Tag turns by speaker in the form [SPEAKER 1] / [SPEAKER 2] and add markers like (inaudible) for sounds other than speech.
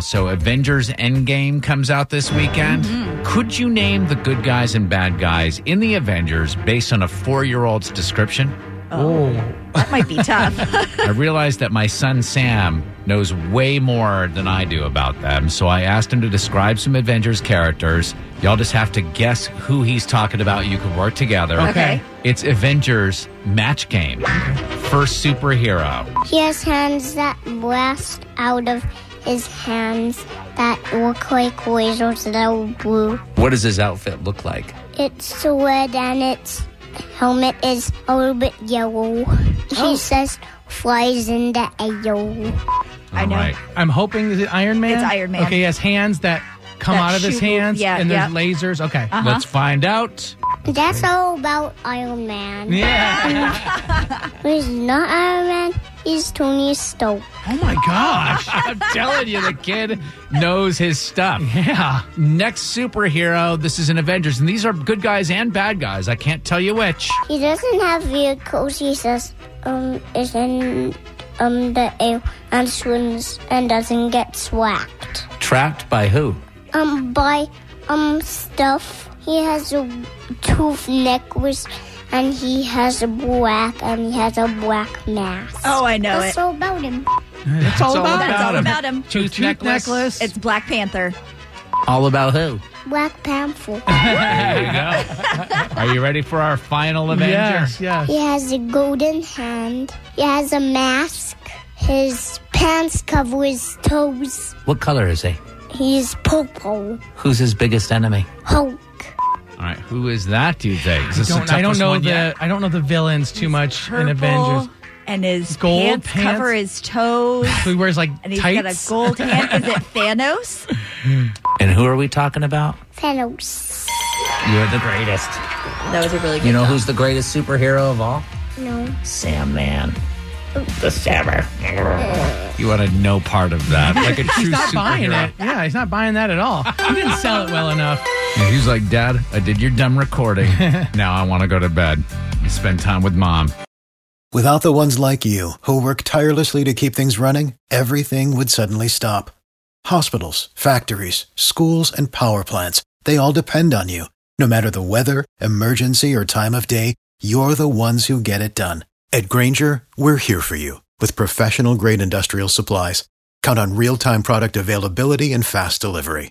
[SPEAKER 1] So, Avengers Endgame comes out this weekend.
[SPEAKER 2] Mm-hmm.
[SPEAKER 1] Could you name the good guys and bad guys in the Avengers based on a four year old's description?
[SPEAKER 2] That might be tough. (laughs)
[SPEAKER 1] I realized that my son Sam knows way more than I do about them, so I asked him to describe some Avengers characters. Y'all just have to guess who he's talking about. You can work together.
[SPEAKER 2] Okay.
[SPEAKER 1] It's Avengers Match Game. First superhero.
[SPEAKER 3] He has hands that blast out of his hands that look like razors that are blue.
[SPEAKER 4] What does his outfit look like?
[SPEAKER 3] It's red and its helmet is a little bit yellow. He says flies in the air.
[SPEAKER 2] I
[SPEAKER 1] All
[SPEAKER 2] know.
[SPEAKER 1] right.
[SPEAKER 5] I'm hoping is it Iron Man?
[SPEAKER 2] It's Iron Man.
[SPEAKER 5] Okay, he has hands that come
[SPEAKER 2] That
[SPEAKER 5] out of his
[SPEAKER 2] shoot-
[SPEAKER 5] hands
[SPEAKER 2] yeah,
[SPEAKER 5] and there's
[SPEAKER 2] yeah. Uh-huh.
[SPEAKER 5] lasers. Okay.
[SPEAKER 1] Let's find out.
[SPEAKER 3] That's all about Iron Man.
[SPEAKER 5] Yeah.
[SPEAKER 3] (laughs) He's not Iron Man, he's Tony Stark.
[SPEAKER 5] oh my (laughs) gosh.
[SPEAKER 1] I'm telling you, the kid knows his stuff.
[SPEAKER 5] Yeah.
[SPEAKER 1] Next superhero, this is an Avengers, and these are good guys and bad guys. I can't tell you which.
[SPEAKER 3] He doesn't have vehicles, he says um is in um the air and swims and doesn't get swacked.
[SPEAKER 4] Trapped by who?
[SPEAKER 3] um buy um stuff. He has a tooth necklace and he has a black and he has a black mask.
[SPEAKER 2] Oh, I know
[SPEAKER 3] That's
[SPEAKER 2] it.
[SPEAKER 3] all about him.
[SPEAKER 5] That's all about,
[SPEAKER 2] That's all about him.
[SPEAKER 1] Tooth, necklace.
[SPEAKER 2] It's Black Panther.
[SPEAKER 4] All about who?
[SPEAKER 3] Black Panther.
[SPEAKER 1] There you
[SPEAKER 5] (laughs)
[SPEAKER 1] go. Are you ready for our final Avenger?
[SPEAKER 5] Yes, yes.
[SPEAKER 3] he has a golden hand. He has a mask. His pants cover his toes.
[SPEAKER 4] What color is he?
[SPEAKER 3] He's purple.
[SPEAKER 4] Who's his biggest enemy?
[SPEAKER 3] Hulk.
[SPEAKER 1] All right, who is that? Do you think? Is this the
[SPEAKER 5] Don't, I don't
[SPEAKER 1] toughest
[SPEAKER 5] know
[SPEAKER 1] one
[SPEAKER 5] the
[SPEAKER 1] yet?
[SPEAKER 5] I don't know the villains too much in Avengers.
[SPEAKER 2] And his
[SPEAKER 5] Gold
[SPEAKER 2] pants, cover his toes.
[SPEAKER 5] So he wears like
[SPEAKER 2] And he's
[SPEAKER 5] tights.
[SPEAKER 2] got a gold hand.
[SPEAKER 5] (laughs)
[SPEAKER 2] Is it Thanos?
[SPEAKER 4] And who are we talking about?
[SPEAKER 3] Thanos.
[SPEAKER 4] You're the greatest.
[SPEAKER 2] That was a really good.
[SPEAKER 4] You know who's the greatest superhero of all?
[SPEAKER 3] No.
[SPEAKER 4] Sam Man. The Sammer.
[SPEAKER 1] You want to know part of that,
[SPEAKER 5] (laughs)
[SPEAKER 1] like a true
[SPEAKER 5] Not buying
[SPEAKER 1] superhero.
[SPEAKER 5] it. Yeah, he's not buying that at all. He didn't sell it well enough.
[SPEAKER 1] And he was like, "Dad, I did your dumb recording.
[SPEAKER 5] (laughs)
[SPEAKER 1] now I want to go to bed and spend time with mom."
[SPEAKER 6] Without the ones like you, who work tirelessly to keep things running, everything would suddenly stop. Hospitals, factories, schools, and power plants, they all depend on you. No matter the weather, emergency, or time of day, you're the ones who get it done. At Granger, we're here for you with professional grade industrial supplies. Count on real time product availability and fast delivery.